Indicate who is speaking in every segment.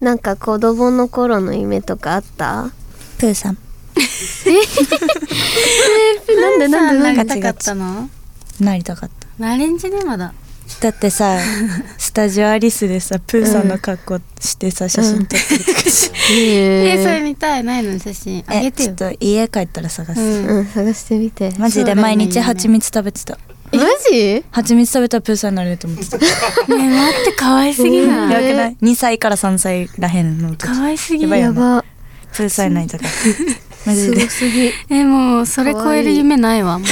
Speaker 1: なんか子供の頃の夢とかあった
Speaker 2: プーさん
Speaker 3: なんでなんで
Speaker 2: な
Speaker 3: なんん
Speaker 2: か
Speaker 3: か
Speaker 2: 違う
Speaker 3: なりたかったの
Speaker 2: なりたかった
Speaker 3: なれんじねまだ
Speaker 2: だってさ スタジオアリスでさプーさんの格好してさ、写真撮ってるとかし、
Speaker 1: へ
Speaker 3: えー、それ見たいないの写真あ
Speaker 2: え
Speaker 3: げて
Speaker 2: ちょ
Speaker 3: よ
Speaker 2: っと家帰ったら探す、
Speaker 3: うん
Speaker 1: うん、探してみて。
Speaker 2: マジで毎日蜂蜜食べてた
Speaker 1: マジ
Speaker 2: 蜂蜜食べたらプーさんになれると思って たや
Speaker 3: ね待って可愛すぎ
Speaker 2: ばく
Speaker 3: ない
Speaker 2: ない2歳から3歳らへんの時
Speaker 3: 可愛すぎ
Speaker 2: やばい
Speaker 3: る
Speaker 2: よ
Speaker 1: やば。
Speaker 2: プーさんになりたか ったマジ
Speaker 1: すご
Speaker 2: です
Speaker 1: ぎ。
Speaker 3: えもうそれ超える夢ないわもう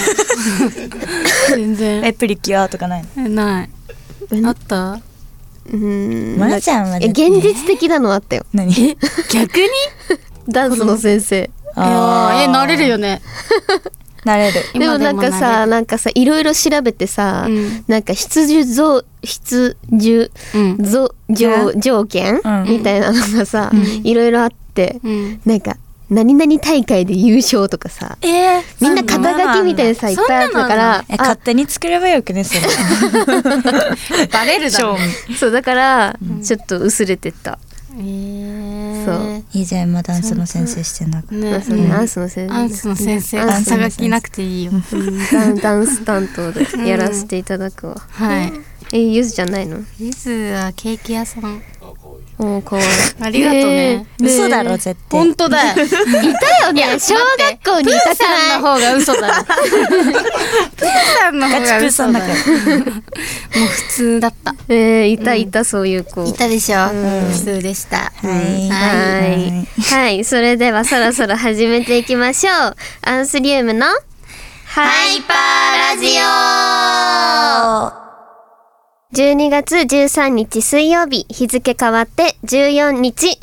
Speaker 3: 全然
Speaker 2: えプリキュアとかないの
Speaker 3: えない
Speaker 1: え
Speaker 3: あった
Speaker 1: うん。
Speaker 2: まなちゃんは
Speaker 1: え、
Speaker 2: ね
Speaker 1: 現実的なのあったよ。
Speaker 2: 何え
Speaker 3: 逆に
Speaker 1: ダンスの先生。
Speaker 3: いやーえなれるよね
Speaker 2: なれる
Speaker 1: でも
Speaker 3: 今
Speaker 1: なんか
Speaker 3: な
Speaker 1: さ、
Speaker 3: れる
Speaker 1: なんかさ、いろいろ調べてさ
Speaker 3: うん、
Speaker 1: なんか必需増、必需
Speaker 3: うん
Speaker 1: 増、条条件
Speaker 2: うん
Speaker 1: みたいなのがさ、いろいろあって、
Speaker 3: うん
Speaker 1: なんか、何々大会で優勝とかさ、
Speaker 3: えー、
Speaker 1: みんな肩書きみたいなさ、いっ
Speaker 3: そん
Speaker 1: ぱいあ
Speaker 3: な
Speaker 1: っ
Speaker 3: の
Speaker 1: たから、
Speaker 2: え
Speaker 1: あ
Speaker 2: 勝手に作ればよくねそれ
Speaker 3: バレるだろ
Speaker 2: 賞味
Speaker 1: そうだから、ちょっと薄れてった。
Speaker 3: えー、
Speaker 1: そう
Speaker 2: いいじゃん今ダンスの先生してんだから
Speaker 1: ま
Speaker 3: ね
Speaker 1: あ、そのダンスの先
Speaker 3: アンス
Speaker 1: 生。
Speaker 3: の先生
Speaker 1: アンス
Speaker 3: 肩
Speaker 1: の
Speaker 3: 書きなくていいよ
Speaker 1: ダンダンス担当でやらせていただくわ。
Speaker 3: はい
Speaker 1: え、ゆずじゃないの
Speaker 3: ゆずはケーキ屋さん
Speaker 1: おー、かわいい。
Speaker 3: ありがとうね
Speaker 1: え
Speaker 2: 嘘だろ絶対
Speaker 3: 本当 だよい
Speaker 1: だよね、小学校にいたく
Speaker 3: さん
Speaker 1: ない
Speaker 3: の方が嘘だよプーさんの
Speaker 2: ガ
Speaker 3: 方
Speaker 2: チプ
Speaker 3: が
Speaker 2: ーさ
Speaker 3: 嘘
Speaker 2: んだか
Speaker 3: だ
Speaker 2: ら
Speaker 3: よもう普通だった
Speaker 1: えー、いたいた、そういう子。
Speaker 3: いたでしょ普通でした
Speaker 2: はい
Speaker 1: は。
Speaker 2: はいい
Speaker 1: はい、それではそろそろ始めていきましょう。アンスリウムのハイパーラジオ12月13日水曜日、日付変わって14日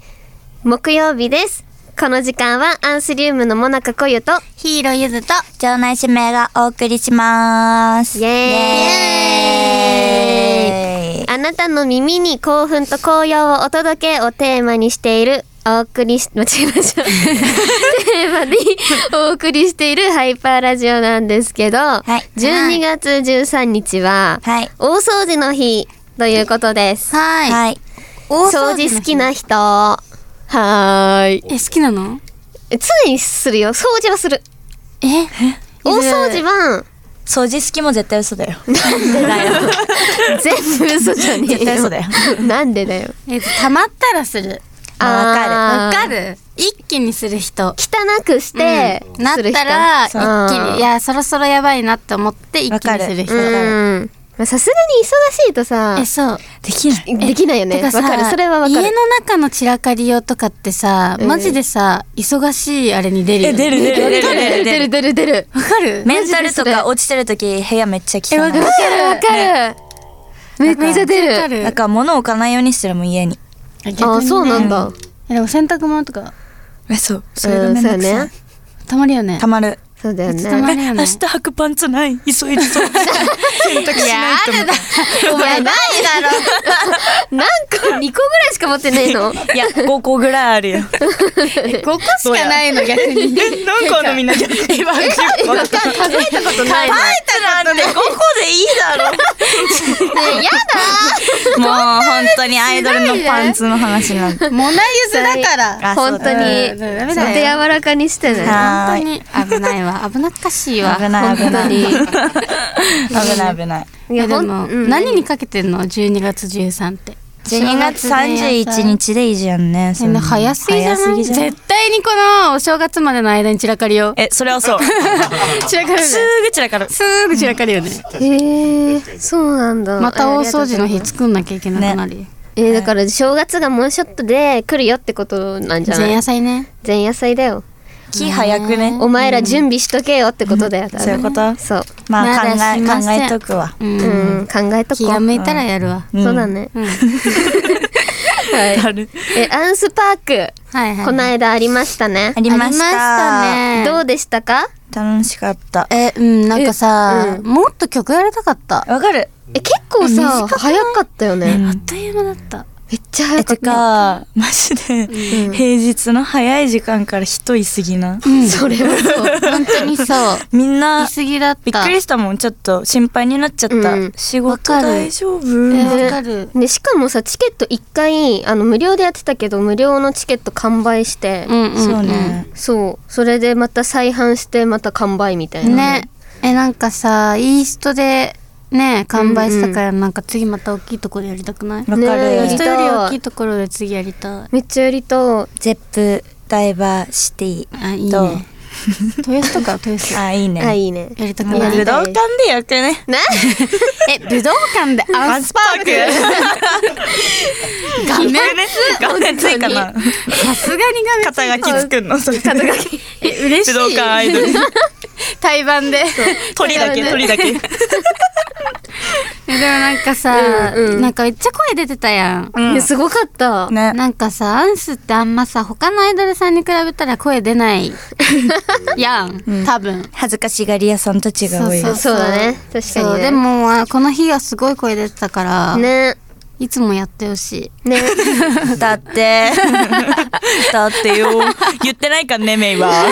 Speaker 1: 木曜日です。この時間はアンスリウムのモナカコユと
Speaker 3: ヒーローゆずと
Speaker 2: 場内指名がお送りします
Speaker 1: イエーイ
Speaker 2: イエーイ
Speaker 1: あなたの耳に興奮と紅葉をお届けをテーマにしているお送りし、間違えま した。テーマにお送りしているハイパーラジオなんですけど、
Speaker 2: い
Speaker 1: 12月13日は、
Speaker 2: はい
Speaker 1: 大掃除の日ということです。
Speaker 3: はい
Speaker 2: はい
Speaker 3: 大
Speaker 1: 掃除好きな人。はーい。
Speaker 3: え好きなの
Speaker 1: え常にするよ。掃除はする。
Speaker 3: え
Speaker 1: 大掃除 は、
Speaker 2: 掃除好きも絶対嘘だよ
Speaker 1: 全部嘘じゃね
Speaker 2: 絶
Speaker 1: え
Speaker 2: 対嘘
Speaker 1: よ。
Speaker 2: だよ
Speaker 1: なんでだよ。
Speaker 3: え溜まったらする
Speaker 2: あ
Speaker 3: わ
Speaker 1: あー
Speaker 3: かる一気にする人
Speaker 1: 汚くして、
Speaker 3: うんなっ
Speaker 1: する人
Speaker 3: たら一
Speaker 2: そう
Speaker 3: 気にいやそろそろやばいなって思って一気にする人
Speaker 2: わかる
Speaker 1: うん。まあさすがに忙しいとさ
Speaker 3: え、そう
Speaker 2: できない
Speaker 1: できないよね。
Speaker 3: て
Speaker 1: わ
Speaker 3: さ
Speaker 1: かる。それはわか
Speaker 3: 家
Speaker 1: る。
Speaker 3: の中の散らかりようとかってさ、
Speaker 1: うん
Speaker 3: マジでさ忙しいあれに出るよ
Speaker 2: え
Speaker 3: ね
Speaker 2: 出る出る出る出
Speaker 1: 出
Speaker 2: る
Speaker 1: る出る出る。
Speaker 3: わかる
Speaker 2: メンタルとか落ちてる時部屋めっち
Speaker 1: え、
Speaker 2: ゃ汚
Speaker 1: わかる
Speaker 2: い
Speaker 1: わかる。めっちゃ
Speaker 3: わか
Speaker 1: 出る。
Speaker 2: なん
Speaker 3: る
Speaker 2: か物置かないようにしてるもん家に
Speaker 1: あ、そうなんだ。
Speaker 3: えでも洗濯物とか
Speaker 2: えそうそ
Speaker 1: うん、そうよ
Speaker 2: い
Speaker 1: ね。
Speaker 3: たまるよね
Speaker 2: たまる
Speaker 1: そうだよ
Speaker 3: ちょっと
Speaker 1: ね。
Speaker 3: 待
Speaker 2: え
Speaker 3: るよね
Speaker 2: 明日履くパンツない急いでそう洗濯しないと思って
Speaker 1: お前ないだろ。 何個二個ぐらいしか持ってないの。
Speaker 2: い や、5個ぐらいあるよ。
Speaker 3: 5個しかないの逆に
Speaker 2: え、なんかあのみんな逆に今10
Speaker 1: 数えたこと
Speaker 2: 個。
Speaker 1: ないの。
Speaker 2: なんて5個でいいだろ。
Speaker 1: ねや
Speaker 2: もう本当にアイドルのパンツの話なんて。
Speaker 3: モナユズだから
Speaker 1: だ。
Speaker 2: あそう
Speaker 1: 本当
Speaker 2: だ
Speaker 1: に。
Speaker 3: うん
Speaker 1: ち
Speaker 3: ダ
Speaker 1: ょ
Speaker 3: メ
Speaker 1: っと
Speaker 3: だよ
Speaker 1: 柔らかにしてね。
Speaker 2: は
Speaker 3: 本当
Speaker 2: ーい。
Speaker 3: に危ないわ危なっかしいわ
Speaker 2: 危ない危ない。
Speaker 1: に
Speaker 2: 危ない危ない。
Speaker 1: い
Speaker 3: いやで
Speaker 1: ほ
Speaker 3: も、
Speaker 1: んうん
Speaker 3: 何にかけてんの12月13って
Speaker 2: 12月31日でいいじゃんね。そ
Speaker 3: みん
Speaker 2: んな
Speaker 3: な早すぎじゃ
Speaker 2: 早
Speaker 3: な
Speaker 2: すぎ
Speaker 3: い
Speaker 2: じゃない
Speaker 3: 絶対にこのお正月までの間に散らかりよ
Speaker 2: え、それは そう。
Speaker 3: 散らかるよね
Speaker 2: すぐ散らかる。
Speaker 3: すーぐ散らかるよね
Speaker 1: へえ、そうなんだ。
Speaker 3: また大掃除の
Speaker 1: ありがとうござい
Speaker 3: 日
Speaker 1: ます。
Speaker 3: 作んなきゃいけなくなり、
Speaker 1: えーだから正月がもうちょっとで来るよってことなんじゃない
Speaker 3: 前夜祭ね
Speaker 1: 前夜祭だよ
Speaker 2: 木早くね。
Speaker 1: お前ら準備しとけよってことだよ、多分
Speaker 2: そういうこと
Speaker 1: そう
Speaker 2: まあ考
Speaker 3: まだしま
Speaker 2: え、
Speaker 3: せ
Speaker 2: 考
Speaker 3: ん
Speaker 2: えとくわ。
Speaker 3: うん、
Speaker 1: うん、考えとこ
Speaker 3: 気
Speaker 1: う
Speaker 3: が向いたらやるわ、
Speaker 2: うん
Speaker 1: そうだね、
Speaker 3: うん
Speaker 1: はい
Speaker 2: る。
Speaker 1: えアンスパーク、
Speaker 3: はいはい
Speaker 1: この間ありましたね
Speaker 2: ありまし
Speaker 3: あり
Speaker 2: た。
Speaker 3: ましたね
Speaker 1: どうでしたか
Speaker 2: 楽しかった。
Speaker 3: えうんなんかさ、
Speaker 1: うん
Speaker 3: もっと曲やりたかったあ
Speaker 2: わかる
Speaker 1: え結構さ
Speaker 3: 短くない
Speaker 1: 早かったよね、
Speaker 3: っという間だった
Speaker 1: えめっちゃ早か
Speaker 2: て
Speaker 1: った。
Speaker 2: かマジで
Speaker 1: うん
Speaker 2: 平日の早い時間から人いすぎな
Speaker 3: うん
Speaker 1: それはそう。
Speaker 3: 本当 にそう
Speaker 2: みんな
Speaker 3: 言い過ぎだった
Speaker 2: びっくりしたもんちょっと心配になっちゃった、
Speaker 1: うん
Speaker 2: 仕
Speaker 3: わ
Speaker 2: 事
Speaker 3: かる
Speaker 2: 大丈夫、
Speaker 3: え
Speaker 1: ね
Speaker 3: わかる
Speaker 1: でしかもさチケット1回あの無料でやってたけど無料のチケット完売して、
Speaker 3: うんうんん
Speaker 2: そうね、
Speaker 1: そうそれでまた再販してまた完売みたいな
Speaker 3: ねえなんかさイーストでね完売したからなんか次また大きいところでやりたくない、
Speaker 2: わかる、
Speaker 1: ねやり
Speaker 3: 人
Speaker 1: たい
Speaker 3: より大きいところで次やりたい
Speaker 1: めっちゃやりたい
Speaker 2: ゼップダイバーシティ
Speaker 3: あいい
Speaker 2: どう
Speaker 3: ね豊洲とか豊洲や
Speaker 2: あいいね
Speaker 1: あいいね
Speaker 3: りたく
Speaker 2: もう
Speaker 3: ない
Speaker 2: 武道館でよくね
Speaker 1: な
Speaker 3: え武道館でアンスパー ク 画面
Speaker 2: 画面ついかな
Speaker 3: さすがに画
Speaker 2: 肩
Speaker 3: 面
Speaker 2: 書き作んのそれ
Speaker 3: 肩書きえ嬉しい
Speaker 2: 武道館アイドル
Speaker 3: 対バンで
Speaker 2: 鳥だけ鳥だけ
Speaker 3: えでもなんかさ、
Speaker 1: うんうん
Speaker 3: なんかめっちゃ声出てたやん、
Speaker 2: うん
Speaker 1: ねすごかった、
Speaker 2: ね
Speaker 3: なんかさアンスってあんまさ他のアイドルさんに比べたら声出ないやん、多分
Speaker 2: 恥ずかしがり屋さんたちが多い
Speaker 1: そうだね確かにね
Speaker 3: そうでもあこの日はすごい声出てたから、
Speaker 1: ね
Speaker 3: いつもやってほしい
Speaker 1: ね
Speaker 2: だってだってよ言ってないからねメイは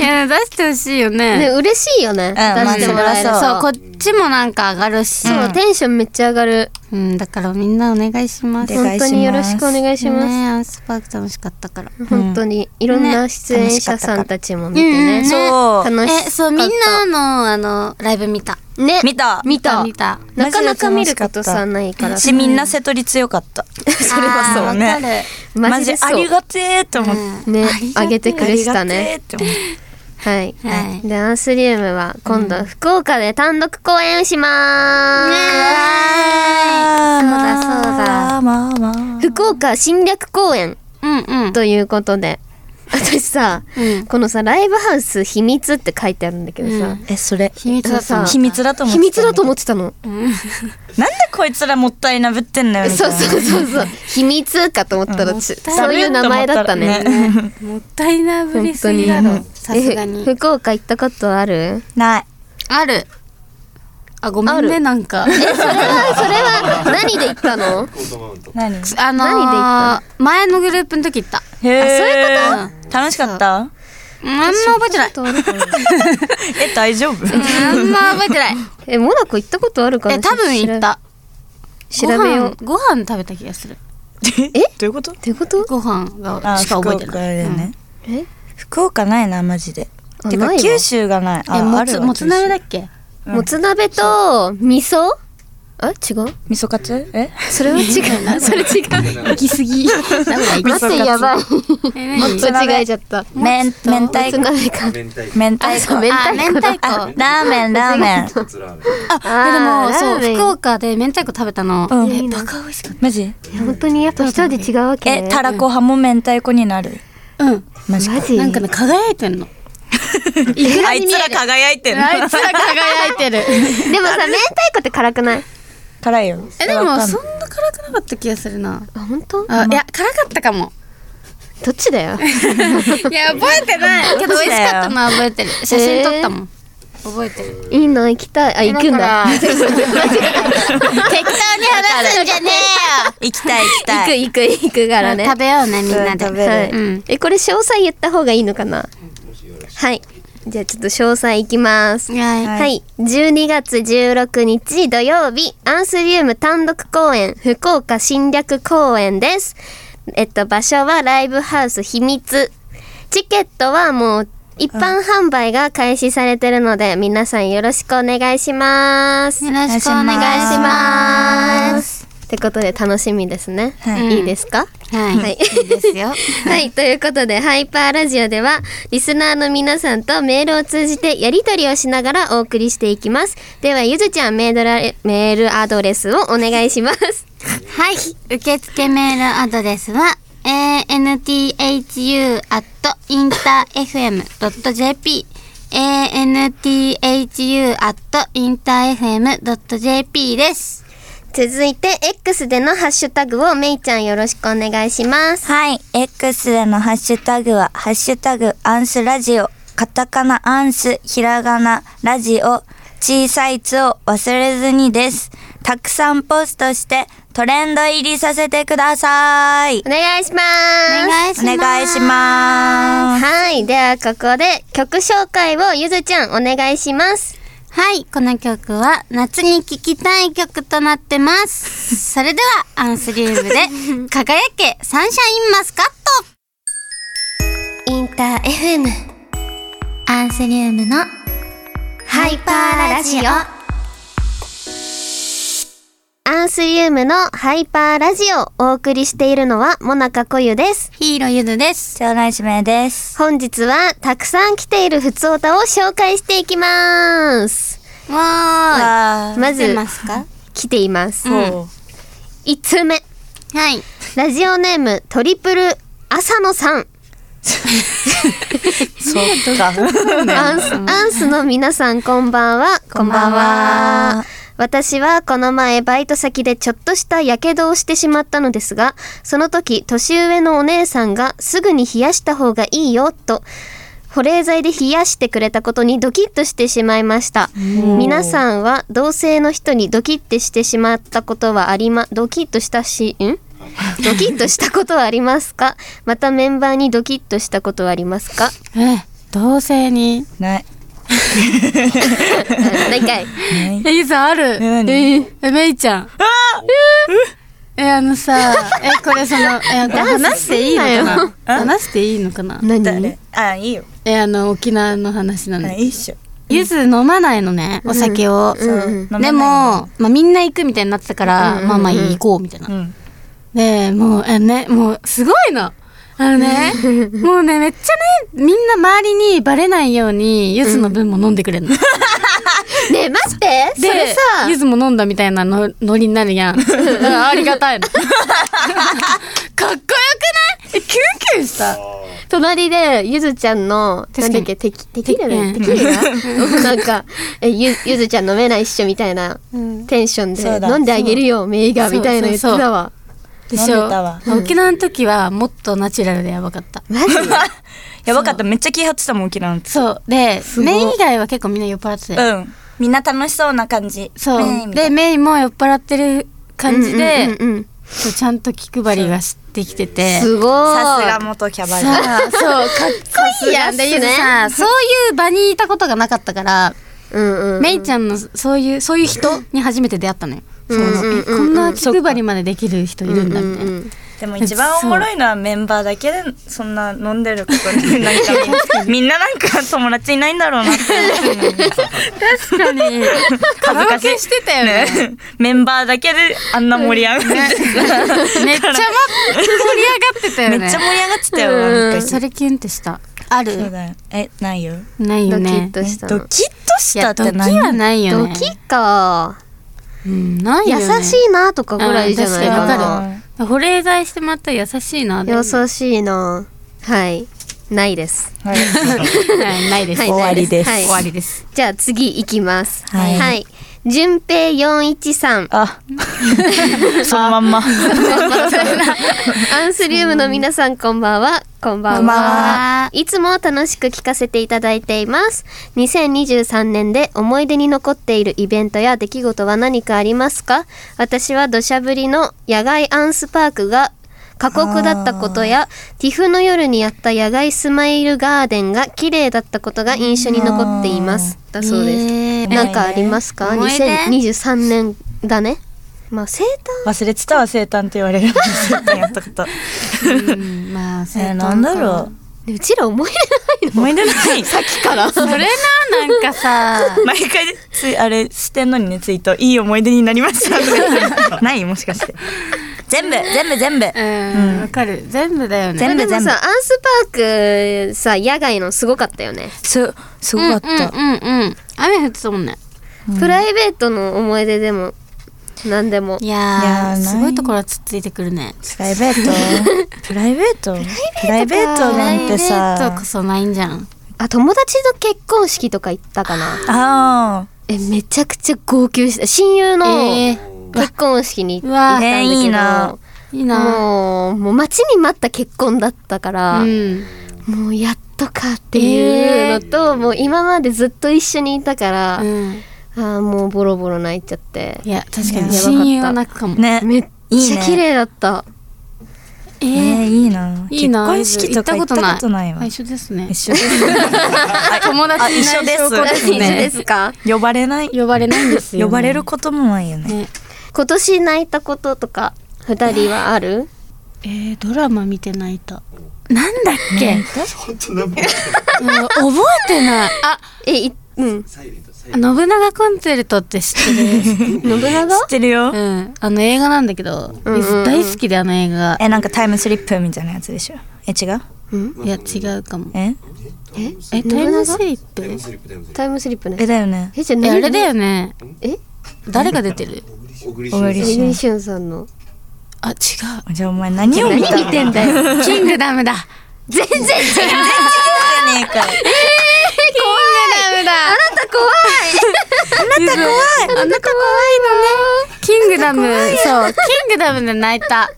Speaker 3: いや出してほしいよね
Speaker 1: ね嬉しいよね、出してもらえる
Speaker 2: ま
Speaker 1: と
Speaker 2: あそ
Speaker 3: そうこっちもなんか上がるし
Speaker 1: そう、テンションめっちゃ上がる
Speaker 3: うん、だからみんなお願いします
Speaker 2: お願いしま
Speaker 1: 本
Speaker 2: す
Speaker 1: 当によろしくお願いします、
Speaker 3: ねアンスパーク楽しかったから
Speaker 1: 本当にいろんな出演者さんたちも見てね,、
Speaker 3: ね
Speaker 2: そう
Speaker 1: 楽しかった
Speaker 3: えそうみんなのあのライブ見た
Speaker 1: ね
Speaker 2: 見た
Speaker 1: 見た
Speaker 3: 見た
Speaker 1: なかなか見ることさないから
Speaker 2: しみんな瀬戸り強かった
Speaker 3: そ
Speaker 2: れはそうね
Speaker 1: マジでそう
Speaker 2: ありがてえと思って
Speaker 1: ね
Speaker 3: あ
Speaker 1: あげてくれてた
Speaker 2: あり
Speaker 1: ね
Speaker 2: がてえって思って
Speaker 1: はい、
Speaker 3: は
Speaker 1: でアンスリウムは今度福岡で単独公演します、
Speaker 3: ねそうだそうだ
Speaker 2: まあまあ
Speaker 1: 福岡侵略公演
Speaker 3: うんうん
Speaker 1: ということ で私さ、
Speaker 3: うん
Speaker 1: このさライブハウス秘密って書いてあるんだけどさ、
Speaker 3: うん
Speaker 2: えそれ
Speaker 3: 秘密だった
Speaker 1: さ
Speaker 2: 秘密だと思って
Speaker 1: 秘
Speaker 2: た
Speaker 1: 密だと思ってたの、
Speaker 2: なんでこいつらもったいなぶってんだよみた
Speaker 1: そ
Speaker 2: いうな
Speaker 1: そうそう そう秘密かと思ったら、ち
Speaker 3: もったい
Speaker 1: そういう名前だったね
Speaker 3: もったいなぶ
Speaker 1: 本
Speaker 3: りす
Speaker 1: 当
Speaker 3: ぎ
Speaker 1: に
Speaker 3: だろさすが
Speaker 1: え
Speaker 3: に
Speaker 1: 福岡行ったことある
Speaker 2: ない
Speaker 3: あるあごめ
Speaker 1: あ
Speaker 3: んね
Speaker 1: る
Speaker 3: なんか
Speaker 1: えそれはそれは何で行ったのあ
Speaker 2: 何へ
Speaker 3: あのー
Speaker 1: 何で行
Speaker 3: 前のグループの時行った
Speaker 2: えそういうこと楽しかった
Speaker 3: うんあんま覚えてない
Speaker 2: え大丈 夫
Speaker 3: あんま覚えてない
Speaker 1: えモナコ行ったことあるかな
Speaker 3: え多分行った
Speaker 1: 調べようっ
Speaker 3: ご飯ご飯食べた気がする
Speaker 2: えどういうこと
Speaker 1: てこと
Speaker 3: ご飯が
Speaker 2: あ
Speaker 3: しか
Speaker 2: 福
Speaker 3: 覚え
Speaker 2: 岡
Speaker 3: て
Speaker 2: だ
Speaker 3: ない
Speaker 2: よね
Speaker 1: え
Speaker 2: 福岡ないなマジで
Speaker 1: あ
Speaker 2: て
Speaker 1: な
Speaker 2: か
Speaker 1: いわ
Speaker 2: 九州がない
Speaker 3: え
Speaker 2: ああ
Speaker 3: も
Speaker 2: る
Speaker 3: つ
Speaker 2: わ
Speaker 3: もつ鍋だっけ
Speaker 1: もつ鍋と味噌あ違う
Speaker 2: 九州味噌カツえ
Speaker 1: それは違 うそれ違う
Speaker 3: 行き過ぎ
Speaker 1: 待ってやばいもっ と違えちゃった
Speaker 2: めん明
Speaker 1: つ
Speaker 2: 太子
Speaker 1: 鍋か
Speaker 4: 明太子
Speaker 2: 明太
Speaker 1: あ
Speaker 2: 子
Speaker 3: あ明太子
Speaker 2: あラーメンラー メン
Speaker 4: カツラーメン
Speaker 3: あ
Speaker 1: あー
Speaker 3: でも
Speaker 1: ラー
Speaker 3: そ
Speaker 1: メ
Speaker 3: う
Speaker 1: ン
Speaker 3: 福岡で明太子食べたの、
Speaker 2: うん
Speaker 3: えバカ美味しかっ
Speaker 2: マジ
Speaker 1: 本当にやっぱ一人で違うわけ
Speaker 2: えたらこ派も明太子になる
Speaker 3: たうん
Speaker 2: マジか
Speaker 1: マジ
Speaker 3: なんかね輝いてんの
Speaker 2: あいつら輝いてる
Speaker 3: あいつら輝いてる
Speaker 1: でもさ明太子って辛くない
Speaker 2: 辛いよ
Speaker 3: えでも
Speaker 2: わかん
Speaker 3: そ
Speaker 2: ない
Speaker 3: んな辛くなかった気がするな
Speaker 1: あ本当
Speaker 3: あいや辛かったかも
Speaker 1: どっちだよ
Speaker 3: いや覚えて ないけど美味しかったのは覚えてる写真撮ったもん、 覚えてる
Speaker 1: いいな行きたいあ行くんだ
Speaker 3: だから適当に話すんじゃね
Speaker 2: 行きたい行き
Speaker 1: 行
Speaker 2: た
Speaker 1: く
Speaker 2: い
Speaker 1: 行く行くか
Speaker 3: えよ
Speaker 1: らね
Speaker 3: 食べようねみんな
Speaker 2: うん
Speaker 3: で
Speaker 2: 食べる
Speaker 1: はい
Speaker 3: うん
Speaker 1: えこれ詳細言った方がいいのかなはいじゃあちょっと詳細いきます
Speaker 3: はい
Speaker 1: はい、12月16日土曜日アンスリウム単独公演福岡侵略公演ですえっと場所はライブハウス秘密チケットはもう一般販売が開始されてるので皆さんよろしくお願いします
Speaker 3: よろしくお願いし
Speaker 1: 願
Speaker 3: ま。
Speaker 1: いしますってことで楽しみですね、
Speaker 2: はい
Speaker 1: いいですか
Speaker 3: はい、
Speaker 1: はい
Speaker 3: いいですよ。
Speaker 1: はい、ということで、ハイパーラジオでは、リスナーの皆さんとメールを通じてやりとりをしながらお送りしていきます。では、ゆずちゃんメールラ、メールアドレスをお願いします。
Speaker 3: はい、受付メールアドレスは a n t h u アットインター f m ドット j p a n t h u アットインター f m ドット j p です。
Speaker 1: 続いて、X でのハッシュタグをめいちゃんよろしくお願いします。
Speaker 2: はい。X でのハッシュタグは、ハッシュタグ、アンスラジオ、カタカナアンス、ひらがな、ラジオ、小さいつを忘れずにです。たくさんポストして、トレンド入りさせてください
Speaker 1: お。願いしま
Speaker 3: お
Speaker 1: す
Speaker 3: 願いし
Speaker 2: お
Speaker 3: ます。
Speaker 2: 願いします。
Speaker 1: はい。では、ここで曲紹介をゆずちゃんお願いします。
Speaker 3: はい、この曲は夏に聴きたい曲となってます。それでは、アンスリウムで、輝けサンシャインマスカッ
Speaker 1: インター FM
Speaker 3: トアンスリウムの
Speaker 1: ハイパーラジオ。アンスリウムのハイパーラジオをお送りしているのはもなかこゆです。
Speaker 3: ヒーローゆずです。
Speaker 2: 長男しめです。
Speaker 1: 本日はたくさん来ているふつおたを紹介していきます。
Speaker 3: わ
Speaker 2: わ
Speaker 3: ーい。
Speaker 1: まず
Speaker 3: 出ますか
Speaker 1: 来ています。
Speaker 3: うん
Speaker 2: お
Speaker 1: 1通目。
Speaker 3: はい。
Speaker 1: ラジオネームトリプル朝野さん。
Speaker 2: そっか。
Speaker 1: アンス、アンスの皆さんこんばんは。
Speaker 2: こんばんは。
Speaker 1: 私はこの前バイト先でちょっとした火傷をしてしまったのですが、その時年上のお姉さんがすぐに冷やした方がいいよと、保冷剤で冷やしてくれたことにドキッとしてしまいました。皆さんは同性の人にドキッてしてしまったことはありま、ドキッとしたし、んドキッとしたことはありますかまたメンバーにドキッとしたことはありますか
Speaker 3: え、同性に。
Speaker 2: ない。
Speaker 1: 何回
Speaker 3: え、ゆずある。
Speaker 2: え何
Speaker 3: え、めいちゃん。ええ、あのさ、え、こ れその、え、これ話していいのかな話していいのかな
Speaker 1: 何
Speaker 2: 誰あ、いいよ。
Speaker 3: え、あの、沖縄の話なん
Speaker 2: あ
Speaker 3: だ
Speaker 2: いいっしょ。
Speaker 3: ゆず飲まないのね、お酒を。
Speaker 1: うん
Speaker 2: 飲めない
Speaker 3: でも、まあ、みんな行くみたいになってたから、まあまあ行こうみたいな。
Speaker 2: ん
Speaker 3: で、もう、えね、もうすごいの。あの ね、もうね、めっちゃね、みんな周りにバレないように、ゆずの分も飲んでくれるの。
Speaker 1: ねえ待ってそ
Speaker 3: で
Speaker 1: れさ
Speaker 3: ゆずも飲んだみたいなのノリになる やん。だからありがた いの。かっこよくないえ、キュンキュンした。
Speaker 1: 隣でゆずちゃんの
Speaker 3: か
Speaker 1: な
Speaker 3: に
Speaker 1: んだっけテキテキーラだよ
Speaker 3: テ
Speaker 1: テキーラ なんかえゆゆずちゃん飲めないっしょみたいなテンション
Speaker 2: そう
Speaker 1: で
Speaker 2: だ
Speaker 1: 飲んであげるよメイがみたいな言ってたわ
Speaker 3: でしょ
Speaker 2: 飲んでたわ
Speaker 3: 沖縄の時はもっとナチュラルでやばかった。
Speaker 1: マジ
Speaker 2: やばかった。めっちゃ気張ってたもん、沖縄の
Speaker 3: そう。で、
Speaker 1: ごい
Speaker 3: メイ以外は結構みんな酔っ払ってて。
Speaker 2: うん。みんな楽しそうな感じ。
Speaker 3: そう。
Speaker 2: ね
Speaker 3: で、、メイも酔っ払ってる感じで、
Speaker 1: うんうんうん
Speaker 3: そうちゃんと気配りがしてきてて。
Speaker 1: すごい
Speaker 2: さすが元キャバ
Speaker 3: さ
Speaker 2: 嬢。
Speaker 3: あ、そう、かっこいい
Speaker 1: さすがっ
Speaker 3: やん。
Speaker 1: すね
Speaker 3: で、ゆずさ、そういう場にいたことがなかったから、
Speaker 1: うんうん
Speaker 3: メイちゃんのそういう、そういう人に初めて出会ったのよ。
Speaker 1: うんうんうんうん
Speaker 3: そのえこんな気配りまでできる人いるんだみたいな。
Speaker 2: でも一番おもろいのはメンバーだけでそんな飲んでること になんかみんななんか友達いないんだろうなって思って
Speaker 3: 確かに。カラオケしてたよね。
Speaker 2: ねメンバーだけであんな盛り上がって
Speaker 3: めっちゃも盛り上がってたよ ね。
Speaker 2: めっちゃ盛り上がってたよなんか
Speaker 3: それキュンってした。ある
Speaker 2: そうだよえないよ
Speaker 3: ないよ
Speaker 1: ドキ
Speaker 3: ね
Speaker 1: ッ。とした
Speaker 2: ド
Speaker 1: の
Speaker 2: キッと
Speaker 3: い
Speaker 2: した
Speaker 3: や
Speaker 2: っ
Speaker 3: ド
Speaker 2: て
Speaker 3: キ
Speaker 2: 何
Speaker 3: はないよ
Speaker 1: ド
Speaker 3: ね。
Speaker 1: キか
Speaker 3: うん、ない
Speaker 1: 優
Speaker 3: よね。
Speaker 1: しいなとかぐらいじゃないか
Speaker 3: うん
Speaker 1: な
Speaker 3: 確かにわかる。保冷剤してもらったら優しいな。でも
Speaker 1: 優しいなはいないです
Speaker 2: はい
Speaker 3: はいないです。
Speaker 1: はい
Speaker 2: 終わりです
Speaker 1: はい
Speaker 3: 終わりです。
Speaker 1: じゃあ次行きます。は。
Speaker 2: はいい
Speaker 1: 順平四一 三、
Speaker 2: あ そのまんま
Speaker 1: アンスリウムの皆さんこんばんは。こんばんは。
Speaker 2: こんばんはい
Speaker 1: つも楽しく聞かせていただいています。2023年で思い出に残っているイベントや出来事は何かありますか私は土砂降りの野外アンスパークが過酷だったことや、ティフの夜にやった野外スマイルガーデンが綺麗だったことが印象に残っています。だそうです。
Speaker 3: ねえ
Speaker 1: なんかありますか
Speaker 3: 思い出
Speaker 1: ?2023 年だね。まあ生
Speaker 2: 忘れてたわ生誕って言わ れる生誕やったこと
Speaker 3: うんまあ、
Speaker 2: えなんだろ
Speaker 1: 誕。うちら思い出
Speaker 2: う思い出な い。
Speaker 1: ないから。
Speaker 3: それな、なんかさ
Speaker 2: 毎回ついあれしてんのにねツイートいい思い出になりました ないもしかして全部全部全部
Speaker 3: うん、わかる。全部だよね。
Speaker 2: 全
Speaker 1: で
Speaker 2: 部
Speaker 1: もさ、アンスパークさ、野外のすごかったよね。
Speaker 2: すすごかった、
Speaker 3: うんうんうん雨降ってたもんね
Speaker 1: プライベートの思い出でも、何でも。
Speaker 3: い
Speaker 1: プ
Speaker 2: いやー
Speaker 3: やー
Speaker 2: ない
Speaker 3: すごいところはつっついてくるね
Speaker 2: プライベー トプライベートプライベートなんて
Speaker 3: プライベート
Speaker 2: さ
Speaker 3: こそないんじゃん
Speaker 1: あ、友達の結婚式とか行ったかな。
Speaker 2: あ
Speaker 1: え、めちゃくちゃ号泣した。親友の
Speaker 3: えー
Speaker 1: 結婚式に行っ
Speaker 3: う
Speaker 1: た
Speaker 3: わ
Speaker 1: んだけど、
Speaker 2: えーいいない
Speaker 3: いな
Speaker 1: もう、もう待ちに待った結婚だったから、
Speaker 3: うん
Speaker 1: もうやっとかっていうのと、もう今までずっと一緒にいたから、
Speaker 3: うん
Speaker 1: あーもうボロボロ泣いちゃって
Speaker 3: いや確か
Speaker 2: いや
Speaker 3: に親友は泣くかも
Speaker 2: あね
Speaker 1: めっめっ
Speaker 2: いい
Speaker 1: ちゃ
Speaker 2: ね
Speaker 1: 綺麗だった。
Speaker 3: え
Speaker 2: えー、いいな。
Speaker 3: いいな
Speaker 2: 結婚式とか行ったことないわ。
Speaker 3: 一緒ですね
Speaker 2: 一緒です。
Speaker 3: 友達い
Speaker 2: あ一緒です
Speaker 3: ない証拠
Speaker 2: そうね
Speaker 1: 一緒ですか
Speaker 2: 呼ばれない。
Speaker 3: 呼ばれないんですよ
Speaker 2: 呼ばれることもないよね。
Speaker 3: ね
Speaker 1: 今年泣いたこととか、二人はある
Speaker 4: えー、ドラマ見てないと。
Speaker 3: なんだっ け、
Speaker 5: 本当だもん。
Speaker 3: うん覚えてないあ
Speaker 1: え、いうん。
Speaker 5: サイレント、サイレン
Speaker 3: 信長コンツェルトって知 ってる
Speaker 1: 信長
Speaker 2: 知ってるよ
Speaker 3: う。んあの映画なんだけど、
Speaker 1: うんうん
Speaker 3: 大好きであの映画
Speaker 2: え、なんかタイムスリップみたいなやつでしょ。え、違う
Speaker 1: うん
Speaker 3: いや違うかも
Speaker 2: え
Speaker 1: え
Speaker 3: えタイムスリップ
Speaker 5: ト。タイムスリップ、タイムスリッ
Speaker 1: タイムスリップ
Speaker 2: え、
Speaker 1: ね。
Speaker 2: だよね。
Speaker 1: え、じゃ
Speaker 3: え
Speaker 1: 何
Speaker 3: あれだよね
Speaker 1: え
Speaker 3: 誰が出てる
Speaker 5: プ。小栗
Speaker 2: 小栗
Speaker 1: え
Speaker 2: 旬
Speaker 1: りしゅんさんの。
Speaker 3: あ違
Speaker 2: じゃあお前何を
Speaker 3: う
Speaker 2: 見た
Speaker 3: 何見てんだ よキングダムだ
Speaker 1: 全然違う
Speaker 2: ねえかよ
Speaker 3: キングダムだあなた怖 いあなた怖いあなた怖いのねキングダムそうキングダムで泣いた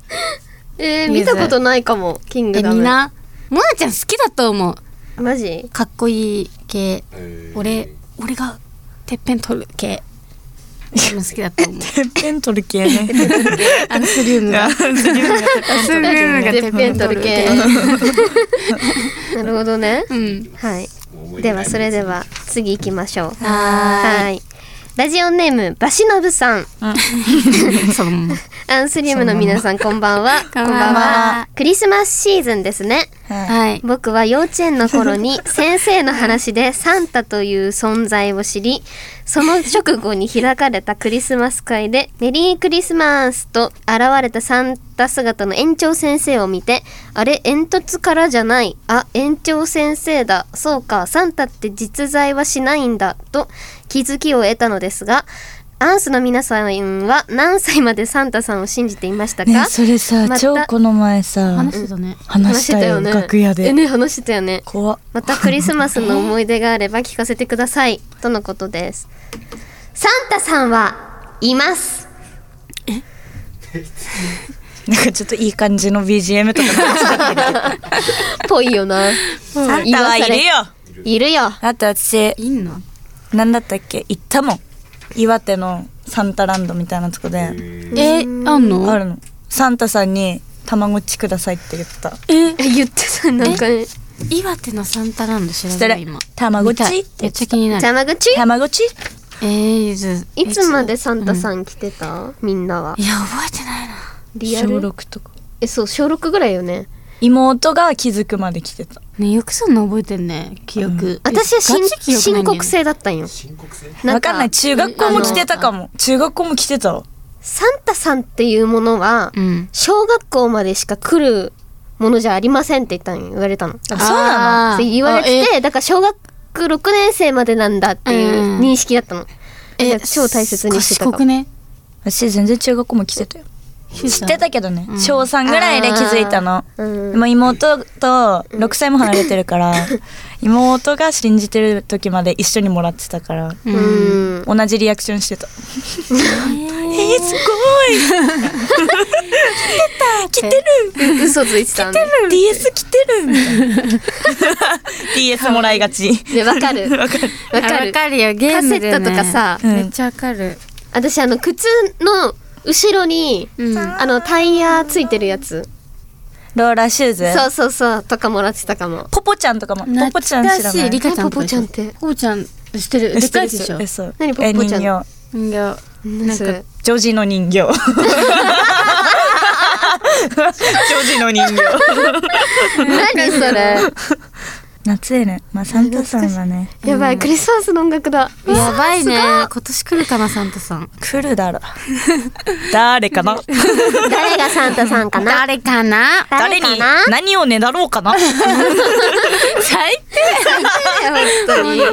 Speaker 1: えー見たことないかも、キング
Speaker 3: え
Speaker 1: ダ
Speaker 3: み
Speaker 1: ム。
Speaker 3: んなモナちゃん好きだと思う
Speaker 1: マジ
Speaker 3: かっこいい系
Speaker 5: えー
Speaker 3: 俺俺がてっぺん取る系でも好きだと 思う
Speaker 2: てっぺん取る系ね。
Speaker 3: アンスリウムがアンスリウムが
Speaker 1: て
Speaker 3: て
Speaker 1: っ
Speaker 3: っ
Speaker 1: ぺ
Speaker 3: ぺ
Speaker 1: ん
Speaker 3: ん
Speaker 1: 取る
Speaker 3: 取る
Speaker 1: 系
Speaker 3: 系
Speaker 1: なるほどね。
Speaker 3: うん
Speaker 1: はい。
Speaker 5: もう思い出
Speaker 1: で
Speaker 5: ない
Speaker 1: は、それでは、次行きましょう。
Speaker 3: は
Speaker 1: はい。ラジオネーム、バシノブさん。
Speaker 3: ーいそのまま
Speaker 1: アンスリウムの皆さん、こんばんは。
Speaker 3: こんばんは。
Speaker 1: クリスマスシーズンですね。
Speaker 2: はい
Speaker 3: はい
Speaker 1: 僕は幼稚園の頃 に先生の話でサンタという存在を知りその直後に開かれたクリスマス会で「メリークリスマス」と現れたサンタ姿の園長先生を見て「あれ煙突からじゃないあ園長先生だそうかサンタって実在はしないんだ」と気づきを得たのですがアンスの皆さんは何歳までサンタさんを信じていましたか、
Speaker 2: ねえそれさ
Speaker 1: ま、た
Speaker 2: 超この前さ、
Speaker 3: 話してたね
Speaker 2: 話したよ、楽屋
Speaker 1: え
Speaker 2: で。
Speaker 1: ね話してたよね
Speaker 2: 怖っ
Speaker 1: またクリスマスの思い出があれば聞かせてくださいとのことですサンタさんはいます
Speaker 2: なんかちょっといい感じの BGM とか
Speaker 1: ぽいよな
Speaker 2: サンタはいるよ
Speaker 1: いるよ
Speaker 2: だって私
Speaker 3: いんの
Speaker 2: なんだったっけ行ったもん岩手のサンタランドみたいなとこで
Speaker 3: えあんの
Speaker 2: あるのサンタさんに「たまごっちください」って言った
Speaker 3: え
Speaker 1: え言ってたなんかね
Speaker 3: 岩手のサンタランド調
Speaker 2: そし
Speaker 3: べ
Speaker 2: たら
Speaker 3: る今
Speaker 2: 「たまごっち」って言
Speaker 3: 見ため
Speaker 2: っ
Speaker 3: っちゃ
Speaker 2: て
Speaker 3: 気になる
Speaker 1: 邪魔口
Speaker 2: 「たまごっち」
Speaker 3: えーゆず
Speaker 1: いつまでサンタさん来てた、みんなはい
Speaker 3: や覚えてないな
Speaker 1: リア
Speaker 2: 小
Speaker 1: ル
Speaker 2: 6とか
Speaker 1: えそう小6ぐらいよね
Speaker 2: 妹が気づくまで来てた
Speaker 3: ねよくそんな覚えてんね記憶
Speaker 1: 私は
Speaker 3: ガチ記憶ない
Speaker 1: 申
Speaker 3: んだよね
Speaker 1: 告制だったんよ
Speaker 5: 深刻性
Speaker 2: わかんない中学校も来て
Speaker 1: あの
Speaker 2: たかも中学校も来てたわ
Speaker 1: サンタさんっていうものは、
Speaker 3: うん
Speaker 1: 小学校までしか来るものじゃありませんって言ったんよ言われたの
Speaker 2: あそうなの
Speaker 1: っ
Speaker 3: あ
Speaker 1: て
Speaker 3: ー
Speaker 1: 言われて
Speaker 3: あ
Speaker 1: てだから小学6年生までなんだっていう認識だったの、
Speaker 3: え
Speaker 1: なんか超大切にしてたか
Speaker 3: 賢
Speaker 1: も
Speaker 3: くね
Speaker 2: 私全然中学校も来てたよ知ってたけどね、小3ぐらいで気づいたの
Speaker 1: うん
Speaker 2: でも妹と6歳も離れてるから 妹が信じてる時まで一緒にもらってたから
Speaker 3: う
Speaker 1: うんん
Speaker 2: 同じリアクションしてた。 えー、すごい。来てた。来てる。
Speaker 1: 嘘ついてたんで
Speaker 2: DS 来て るみたいな。DS もらいがち。
Speaker 1: ねわかる
Speaker 2: わかる。
Speaker 1: わ
Speaker 3: あ
Speaker 1: かる
Speaker 3: わかるよゲー
Speaker 1: カ
Speaker 3: ム
Speaker 1: セ
Speaker 3: で、
Speaker 1: ッ
Speaker 3: ね、
Speaker 1: トとかさ、
Speaker 2: うん
Speaker 3: めっちゃわかる、
Speaker 1: 私あの靴の後ろに、あのタイヤついてるやつ
Speaker 2: ローラーシューズ。
Speaker 1: そうそうそうとかもらってたかも
Speaker 2: ポポちゃんとかも。ポポちゃん知らない。
Speaker 3: リカちゃん
Speaker 1: ポポちゃんって
Speaker 3: ポポちゃん知ってる
Speaker 2: え
Speaker 3: でかいでしょ
Speaker 2: えそう
Speaker 1: 何ポ
Speaker 2: え
Speaker 1: ポちゃん
Speaker 2: 人形。
Speaker 3: 人形
Speaker 1: な
Speaker 3: なんん
Speaker 1: か
Speaker 3: か
Speaker 2: ジョージの人形。ジョージの人形。
Speaker 1: 何それ
Speaker 2: 夏へね。まあサンタさんはね
Speaker 1: やばいクリスマスの音楽だ
Speaker 3: やばいね今年来るかなサンタさん
Speaker 2: 来るだろ。誰かな。
Speaker 1: 誰がサンタさんかな
Speaker 3: 誰かな
Speaker 2: 誰
Speaker 1: 誰
Speaker 2: に
Speaker 1: かな
Speaker 2: 何をねだろうかな。
Speaker 3: 最低本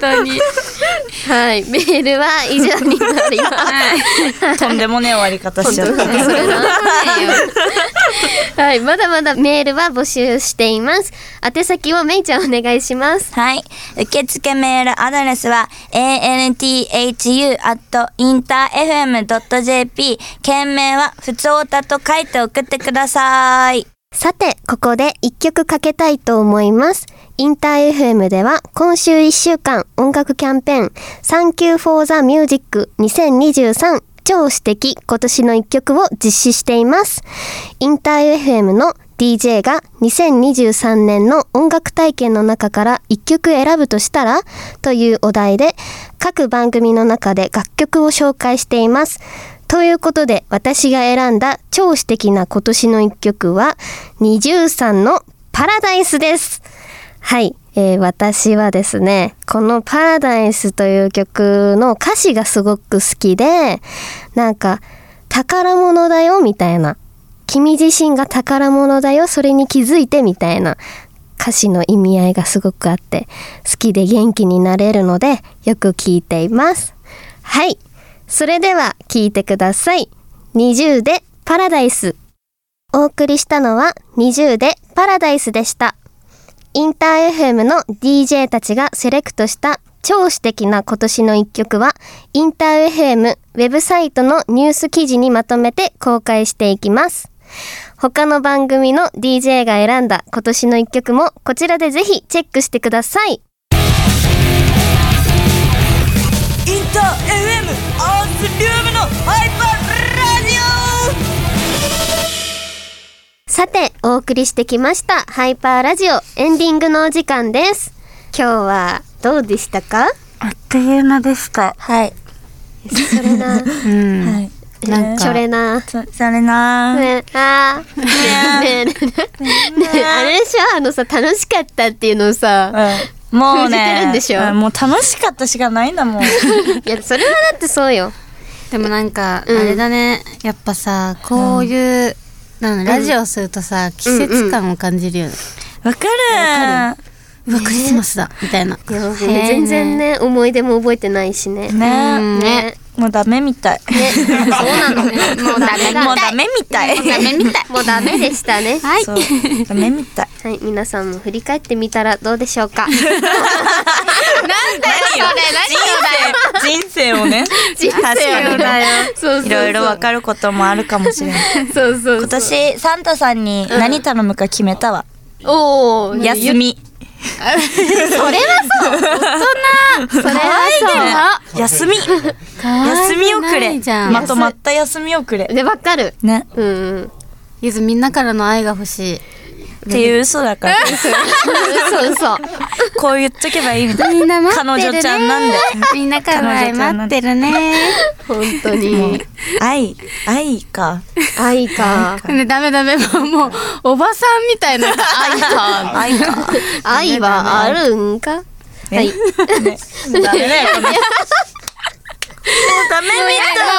Speaker 3: 当に
Speaker 1: はいメールは以上になります
Speaker 2: とんでもねえ終わり方しちゃった。
Speaker 1: それな はい、まだまだメールは募集しています。宛先をめいちゃんお願いします。
Speaker 2: はい。受付メールアドレスは anthu.interfm.jp 件名はふつおたと書いて送ってください。
Speaker 1: さて、ここで一曲かけたいと思います。インター FM では今週1週間音楽キャンペーン Thank you for the music 2023
Speaker 5: 超詩的今年の一曲を実施しています。インター FM の DJ が2023年の音楽体験の中から一曲選ぶとしたらというお題で各番組の中で楽曲を紹介しています。ということで私が選んだ超詩的な今年の一曲は23のパラダイスです。はい、えー私はですねこの「パラダイス」という曲の歌詞がすごく好きでなんか「宝物だよ」みたいな「君自身が宝物だよそれに気づいて」みたいな歌詞の意味合いがすごくあって好きで元気になれるのでよく聴いています。はいそれでは聴いてください。20でパラダイスお送りしたのは20でパラダイスでした。インター FM の DJ たちがセレクトした超詩的な今年の一曲は、インター FM ウェブサイトのニュース記事にまとめて公開していきます。他の番組の DJ が選んだ今年の一曲もこちらでぜひチェックしてください。
Speaker 2: インター FM アースリウムのハイパーラジオ
Speaker 5: さて、お送りしてきましたハイパーラジオエンディングのお時間です。今日はどうでしたか
Speaker 6: あっという間でした。
Speaker 2: はい、
Speaker 5: それな、
Speaker 6: うん。
Speaker 2: はい、
Speaker 6: なん
Speaker 5: そ
Speaker 6: か
Speaker 5: れ な。
Speaker 2: そそれなー
Speaker 5: ねあーねえねえねえ あれでしょあのさ楽しかったっていうのをさ
Speaker 2: うん もう
Speaker 5: 封じて
Speaker 2: ね
Speaker 5: るんでしょ
Speaker 2: うんもう楽しかったしかないんだもん
Speaker 5: いやそれはだってそうよ
Speaker 3: でもなんか、
Speaker 5: うん
Speaker 3: あれだねやっぱさこういう、なんかラジオするとさ、季節感を感じるよね、
Speaker 2: わかる
Speaker 3: うわクリスマスだみたいな、
Speaker 5: 全然ね思い出も覚えてないしねね
Speaker 2: ねもうダメみたい
Speaker 5: そうなのもうダメだ
Speaker 2: もうダメみたい
Speaker 5: ダメみた いもうダメでしたねは
Speaker 2: そうダメみたい
Speaker 5: い皆さんも振り返ってみたらどうでしょうかなんだよそれ
Speaker 2: 人生をね人生
Speaker 5: をそうそうそう
Speaker 2: いろいろわかることもあるかもしれない
Speaker 5: そうそう
Speaker 2: 今年サンタさんに何頼むか決めたわ、
Speaker 5: おお
Speaker 2: 休み
Speaker 5: それはそう大人それは
Speaker 2: 休み休みをくれ
Speaker 3: ないじゃん
Speaker 2: まとまった休みをく
Speaker 5: そう
Speaker 2: れ
Speaker 5: でわかる
Speaker 2: ね
Speaker 5: うんうん
Speaker 3: ゆずみんなからの愛が欲しい
Speaker 2: っていう嘘だから
Speaker 5: そうそう。
Speaker 2: こう言っとけばいいみたい
Speaker 3: みんな
Speaker 2: 彼
Speaker 3: 待ってる
Speaker 2: 女
Speaker 3: ね
Speaker 2: ちゃんなんで
Speaker 3: みんなからの愛待ってるね
Speaker 5: 本当に。
Speaker 2: 愛愛か
Speaker 5: 愛か。
Speaker 3: ねダメダメもうもうおばさんみたいな愛か
Speaker 2: 愛か
Speaker 5: 愛はあるんか。はい。
Speaker 2: もうダメだよこれもうダメみ
Speaker 3: も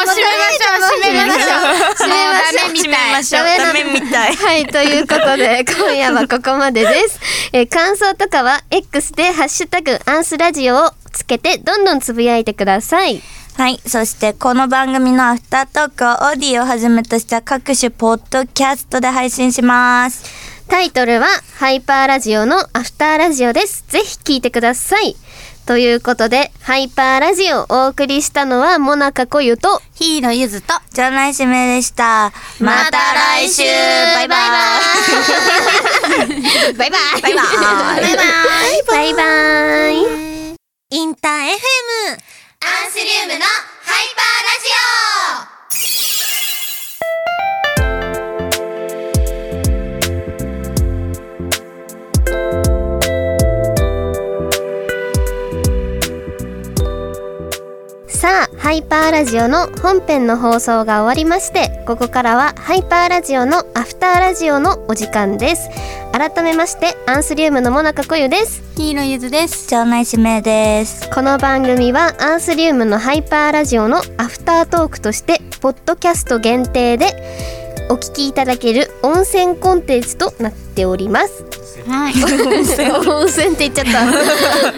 Speaker 3: う閉 めましょう閉めましょう
Speaker 2: たい
Speaker 3: もうダメみ
Speaker 2: 閉めましょうダ
Speaker 3: たい
Speaker 2: メみたい
Speaker 5: はい、ということで、今夜はここまでです。えー感想とかは、X で、ハッシュタグ、アンスラジオをつけて、どんどんつぶやいてください。
Speaker 2: はい。そして、この番組のアフタートークをオーディをはじめとした各種ポッドキャストで配信します。
Speaker 5: タイトルは、ハイパーラジオのアフターラジオです。ぜひ聞いてください。ということで、ハイパーラジオをお送りしたのは、もなかこゆと、
Speaker 3: ヒーローゆずと
Speaker 2: 場内指名でした。また来週バイバ
Speaker 5: バイバイ
Speaker 2: イバイバイ
Speaker 5: バイバイ
Speaker 2: イインター FM!
Speaker 7: アンスリウムのハイパーラジオ
Speaker 5: さあハイパーラジオの本編の放送が終わりましてここからはハイパーラジオのアフターラジオのお時間です改めましてアンスリウムのモナカコユです
Speaker 3: ヒーローゆずです
Speaker 2: 場内指名です。
Speaker 5: この番組はアンスリウムのハイパーラジオのアフタートークとしてポッドキャスト限定でお聞きいただける温泉コンテンツとなっております
Speaker 3: はい
Speaker 5: 温泉って言っちゃった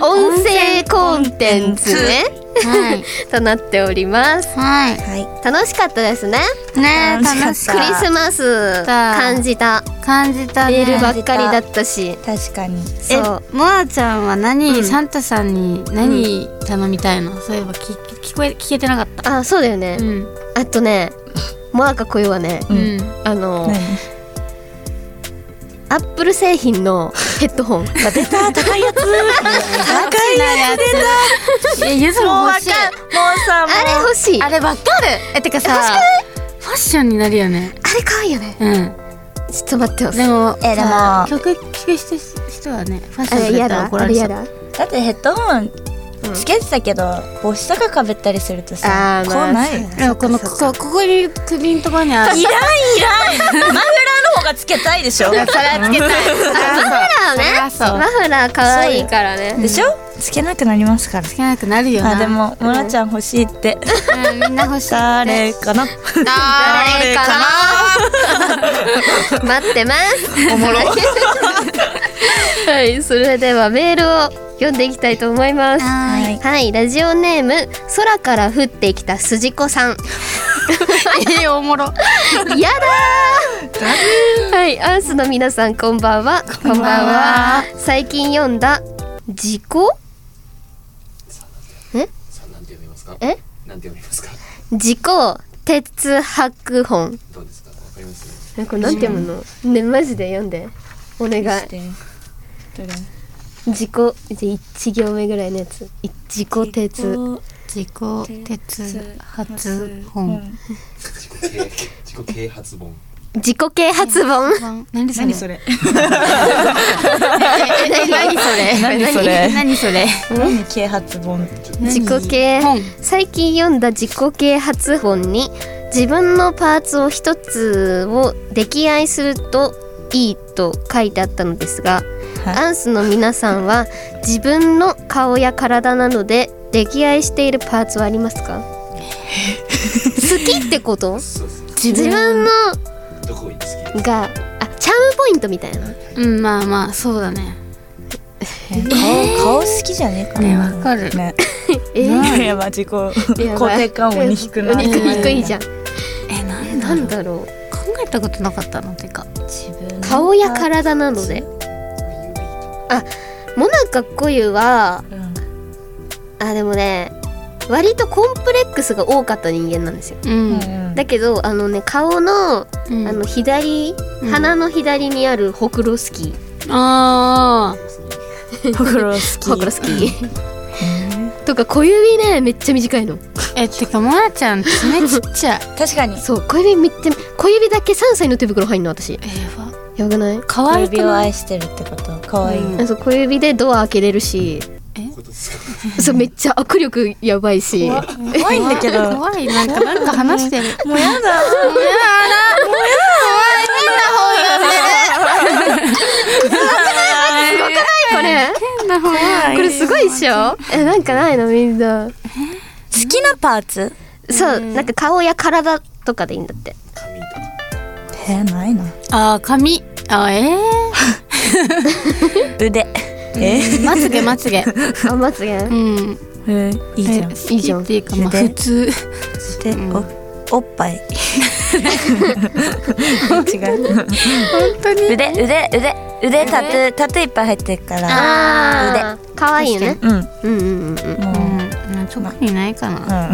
Speaker 5: 音声コンテンツね
Speaker 3: はい
Speaker 5: となっております
Speaker 3: はい
Speaker 2: はい。
Speaker 5: 楽しかったですね
Speaker 3: ねえ楽
Speaker 2: 楽
Speaker 3: し
Speaker 2: し
Speaker 5: ク
Speaker 2: か
Speaker 3: く
Speaker 2: っ
Speaker 5: リスマス感じた
Speaker 3: 感じた
Speaker 5: メールば
Speaker 3: ね
Speaker 5: っかりだったし
Speaker 2: 確かに。
Speaker 3: え
Speaker 5: そう
Speaker 3: モアちゃんは何、
Speaker 5: うん
Speaker 3: サンタさんに何頼みたいの、そういえば聞聞こえ聞けてなかった
Speaker 5: あそうだよね、
Speaker 3: うん
Speaker 5: あとねモアカこゆはね
Speaker 3: うん
Speaker 5: あの
Speaker 2: 何
Speaker 5: アップル製品のヘッドホン
Speaker 2: 出た高 いやつ高いやつ
Speaker 3: いやゆず
Speaker 2: も
Speaker 3: も
Speaker 2: うわか
Speaker 3: 欲
Speaker 2: ん
Speaker 3: しい
Speaker 2: もうさも
Speaker 5: あれ
Speaker 2: う
Speaker 5: 欲しい
Speaker 3: あ
Speaker 5: あれ
Speaker 3: れわかるえてかさファッションになるよね
Speaker 5: 可愛いよね
Speaker 3: うん
Speaker 5: ちょっと待ってよ
Speaker 3: でも
Speaker 2: えでも
Speaker 3: さ曲聴く人人はねファッシ
Speaker 5: あ
Speaker 3: ョン
Speaker 5: れ
Speaker 3: だ
Speaker 5: 嫌
Speaker 3: ったら
Speaker 5: だ
Speaker 3: 怒
Speaker 5: あ
Speaker 3: られ
Speaker 5: れ
Speaker 3: ちゃ
Speaker 5: 嫌
Speaker 3: う
Speaker 5: だ
Speaker 2: だってヘッドホンつけてたけど帽子とかかぶったりすると
Speaker 5: あ
Speaker 2: さ
Speaker 5: ー
Speaker 2: こ
Speaker 5: まあ
Speaker 2: うない
Speaker 5: そう
Speaker 3: でもこのここここに首のところにある
Speaker 2: いらんいらんマフラーの方がつけたいでしょ
Speaker 3: それはつけたい
Speaker 5: マフラーね
Speaker 3: それは
Speaker 5: マ
Speaker 3: そう
Speaker 5: フラー可愛いからね
Speaker 2: でしょつけなくなりますから
Speaker 3: つけなくなるよな
Speaker 2: あでもモラちゃん欲しいって
Speaker 3: うんみんな欲しい
Speaker 2: 誰かな
Speaker 5: 誰かな待ってますおもろはいそれではメールを読んでいきたいと思います
Speaker 3: は
Speaker 2: は
Speaker 3: ーい
Speaker 2: い
Speaker 5: はいラジオネーム空から降ってきた筋子さん
Speaker 3: えーおもろ
Speaker 5: やだーはいアースの皆さんこんばんはこんばんは最近読んだ自己
Speaker 8: さあ、なんて読みますか。
Speaker 5: え
Speaker 8: なんて読みますか。
Speaker 5: 自己哲学本
Speaker 8: どうですか。わかり ます。
Speaker 5: えこれなんて読むのねマジで読んでお願い自己じゃ一行目ぐらいのやつい自己哲
Speaker 3: 自己鉄発本
Speaker 2: 本
Speaker 8: 自己啓、自己啓発本。
Speaker 5: 自己啓発本
Speaker 3: 何それ
Speaker 2: れ
Speaker 3: え何それ
Speaker 2: 何それ
Speaker 3: 何それ
Speaker 2: 何啓発本
Speaker 5: 自己啓
Speaker 3: 本
Speaker 5: 最近読んだ自己啓発本に自分のパーツを一つを溺愛するといいと書いてあったのですが、
Speaker 2: はい
Speaker 5: アンスの皆さんは自分の顔や体などで溺愛しているパーツはありますか好きってこと
Speaker 8: そうです。
Speaker 5: 自分の
Speaker 8: どこに好き。
Speaker 5: があチャームポイントみたいな
Speaker 3: うんまあまあそうだね
Speaker 2: 顔顔好きじゃねえか
Speaker 3: ね
Speaker 2: な
Speaker 3: わかる
Speaker 2: ね
Speaker 5: えー
Speaker 2: やば自己
Speaker 5: や
Speaker 2: 肯
Speaker 5: ばい
Speaker 2: 定感をに低くな
Speaker 5: お肉低いじゃん
Speaker 3: えなんだ
Speaker 5: な
Speaker 3: ろ
Speaker 5: ん
Speaker 3: う
Speaker 5: だろう
Speaker 3: 考えたことなかったのてか
Speaker 2: 自分
Speaker 5: 顔や体なのでモナカコユは
Speaker 2: うん
Speaker 5: あでもね割とコンプレックスが多かった人間なんですよ
Speaker 3: うん
Speaker 5: だけどあのね顔のあ
Speaker 3: うん
Speaker 5: の左、
Speaker 3: うん
Speaker 5: 鼻の左にあるほくろ好き
Speaker 3: あ
Speaker 2: ほくろ好き
Speaker 5: ほくろ好き とか小指ねめっちゃ短いの
Speaker 3: ーえてかモナちゃん爪ちっちゃい
Speaker 2: 確かに
Speaker 5: そう小指めっちゃ小指だけ3歳の手袋入んの私
Speaker 3: えーわ
Speaker 5: やばくない
Speaker 3: 可愛
Speaker 2: 指
Speaker 3: く
Speaker 2: を
Speaker 3: ない
Speaker 2: 愛してるってこと可愛い
Speaker 3: うん
Speaker 5: あそう小指でドア開けれるし
Speaker 8: ことですか。
Speaker 5: そうめっちゃ握力やばいし
Speaker 2: 怖いんだけど も
Speaker 3: 怖いなんかなんか話してる
Speaker 2: うやだ
Speaker 3: もうやだもう変
Speaker 5: これ
Speaker 3: な方が
Speaker 5: これすごいっしょえなんかないのみんな
Speaker 2: 好きなパーツ
Speaker 5: そうなんか顔や体とかでいいんだって
Speaker 8: 髪とか。
Speaker 2: えないな
Speaker 3: あー髪あーえ
Speaker 2: 腕え
Speaker 3: ー、まつげまつげ
Speaker 5: あまつげ
Speaker 3: うん
Speaker 2: えいいじゃん
Speaker 5: いいじゃん
Speaker 3: 好きっていうかまあ
Speaker 2: で
Speaker 3: 普通
Speaker 2: でおおっ ぱい違う
Speaker 3: 本当に
Speaker 2: 腕腕腕腕タトゥータトゥーいっぱい入ってるから
Speaker 5: あー可愛いよね
Speaker 2: うんも
Speaker 5: うんうんうん
Speaker 2: う
Speaker 3: うん特にないかな
Speaker 5: う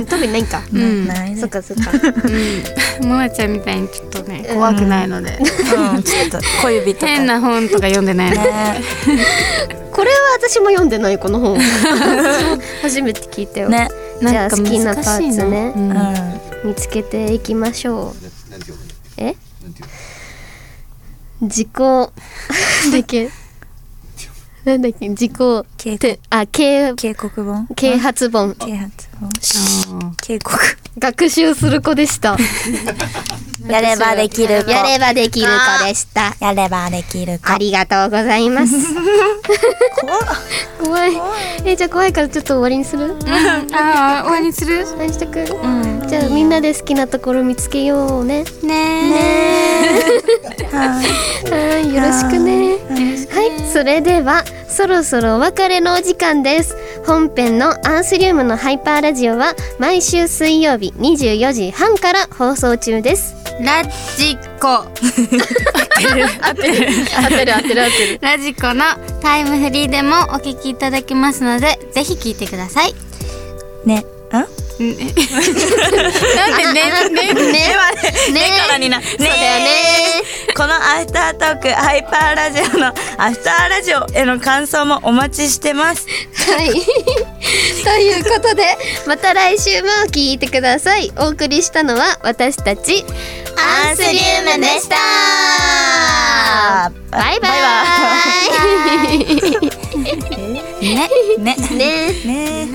Speaker 5: ん特にないか
Speaker 3: う
Speaker 2: うん
Speaker 3: ん
Speaker 2: ないね
Speaker 5: そっかそっか
Speaker 3: うんモナちゃんみたいにちょっとね怖くないので
Speaker 2: うんちょっと小指とか
Speaker 3: 変な本とか読んでないの
Speaker 2: ね
Speaker 5: これは私も読んでないこの 本初めて聞いたよ
Speaker 2: ね
Speaker 5: じゃ
Speaker 3: な
Speaker 5: あ
Speaker 3: んか
Speaker 5: 好きなパ
Speaker 3: 難し
Speaker 5: ー
Speaker 3: い
Speaker 5: ツ
Speaker 3: な
Speaker 5: ね
Speaker 3: うん
Speaker 5: 見つけていきましょう
Speaker 8: ななんて読むの。
Speaker 5: え
Speaker 8: なんて読む
Speaker 5: 自己 だっけなんだっけ自己
Speaker 2: 警
Speaker 5: てあ啓
Speaker 2: 警告本
Speaker 5: 啓発本
Speaker 2: 啓発本
Speaker 3: うん
Speaker 2: 警告
Speaker 5: 学習する子でした
Speaker 2: やればできる子
Speaker 5: やればできる子でした
Speaker 2: やればできる子
Speaker 5: ありがとうございます
Speaker 2: 怖っ
Speaker 5: 怖いえじゃあ怖いからちょっと終わりにする
Speaker 3: ああ終わりにする
Speaker 5: 何しとく、じゃあみんなで好きなところ見つけようね
Speaker 3: ねえ
Speaker 5: はいよろしくねはいそれではそろそろお別れのお時間です本編のアンスリウムのハイパーラジオは毎週水曜日24時半から放送中です
Speaker 3: ラジ コ
Speaker 5: 当てる当てる当てる
Speaker 3: ラジコのタイムフリーでもお聞きいただけますのでぜひ聞いてください
Speaker 2: ね
Speaker 3: なんでね、ね、
Speaker 5: ねね
Speaker 2: ではね、ねからにな、ね
Speaker 5: そうだよね
Speaker 2: このアフタートークハイパーラジオのアフターラジオへの感想もお待ちしてます。
Speaker 5: はい。ということで、また来週も聞いてください。お送りしたのは私たち、
Speaker 9: アンスリウムでした
Speaker 5: バイバイ
Speaker 2: ね、ね、
Speaker 5: ね。
Speaker 2: ね。
Speaker 3: ね